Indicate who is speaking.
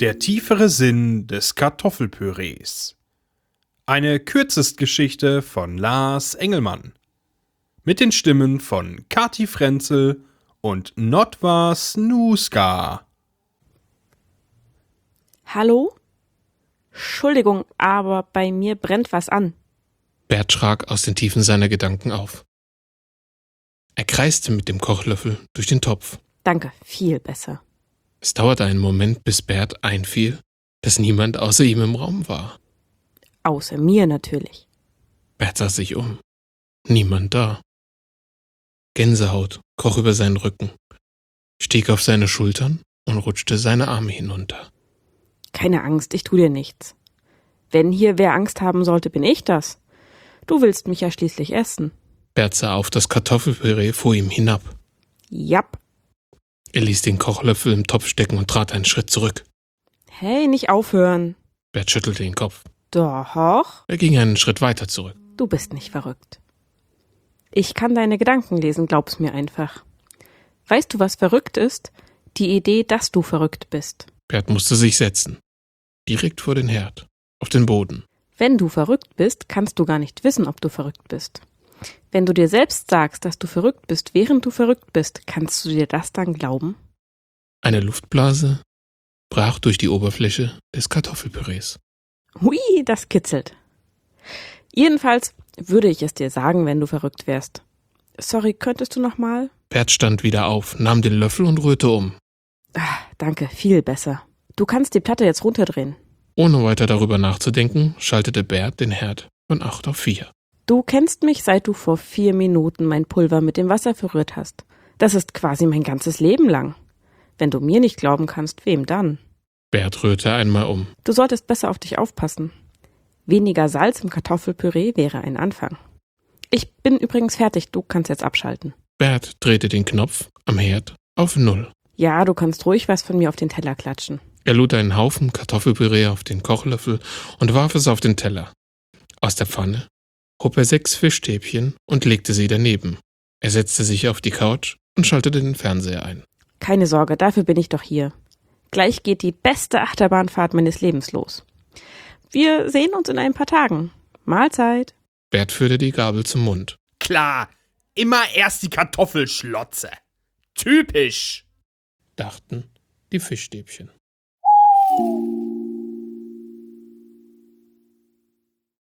Speaker 1: Der tiefere Sinn des Kartoffelpürees. Eine Kürzestgeschichte von Lars Engelmann. Mit den Stimmen von Kati Frenzel und Notwa Snuska.
Speaker 2: Hallo? Entschuldigung, aber bei mir brennt was an.
Speaker 3: Bert schrak aus den Tiefen seiner Gedanken auf. Er kreiste mit dem Kochlöffel durch den Topf.
Speaker 2: Danke, viel besser.
Speaker 3: Es dauerte einen Moment, bis Bert einfiel, dass niemand außer ihm im Raum war.
Speaker 2: Außer mir natürlich.
Speaker 3: Bert sah sich um. Niemand da. Gänsehaut kroch über seinen Rücken, stieg auf seine Schultern und rutschte seine Arme hinunter.
Speaker 2: Keine Angst, ich tu dir nichts. Wenn hier wer Angst haben sollte, bin ich das. Du willst mich ja schließlich essen.
Speaker 3: Bert sah auf das Kartoffelpüree vor ihm hinab.
Speaker 2: Japp.
Speaker 3: Er ließ den Kochlöffel im Topf stecken und trat einen Schritt zurück.
Speaker 2: Hey, nicht aufhören.
Speaker 3: Bert schüttelte den Kopf.
Speaker 2: Doch,
Speaker 3: Er ging einen Schritt weiter zurück.
Speaker 2: du bist nicht verrückt. Ich kann deine Gedanken lesen, glaub's mir einfach. Weißt du, was verrückt ist? Die Idee, dass du verrückt bist.
Speaker 3: Bert musste sich setzen. Direkt vor den Herd. Auf den Boden.
Speaker 2: Wenn du verrückt bist, kannst du gar nicht wissen, ob du verrückt bist. Wenn du dir selbst sagst, dass du verrückt bist, während du verrückt bist, kannst du dir das dann glauben?
Speaker 3: Eine Luftblase brach durch die Oberfläche des Kartoffelpürees.
Speaker 2: Hui, das kitzelt. Jedenfalls würde ich es dir sagen, wenn du verrückt wärst. Sorry, könntest du noch mal?
Speaker 3: Bert stand wieder auf, nahm den Löffel und rührte um.
Speaker 2: Ah, Danke, viel besser. Du kannst die Platte jetzt runterdrehen.
Speaker 3: Ohne weiter darüber nachzudenken, schaltete Bert den Herd von acht auf vier.
Speaker 2: Du kennst mich, seit du vor vier Minuten mein Pulver mit dem Wasser verrührt hast. Das ist quasi mein ganzes Leben lang. Wenn du mir nicht glauben kannst, wem dann?
Speaker 3: Bert rührte einmal um.
Speaker 2: Du solltest besser auf dich aufpassen. Weniger Salz im Kartoffelpüree wäre ein Anfang. Ich bin übrigens fertig, du kannst jetzt abschalten.
Speaker 3: Bert drehte den Knopf am Herd auf null.
Speaker 2: Ja, du kannst ruhig was von mir auf den Teller klatschen.
Speaker 3: Er lud einen Haufen Kartoffelpüree auf den Kochlöffel und warf es auf den Teller. Aus der Pfanne hob er sechs Fischstäbchen und legte sie daneben. Er setzte sich auf die Couch und schaltete den Fernseher ein.
Speaker 2: Keine Sorge, dafür bin ich doch hier. Gleich geht die beste Achterbahnfahrt meines Lebens los. Wir sehen uns in ein paar Tagen. Mahlzeit.
Speaker 3: Bert führte die Gabel zum Mund.
Speaker 1: Klar, immer erst die Kartoffelschlotze. Typisch.
Speaker 3: dachten die Fischstäbchen.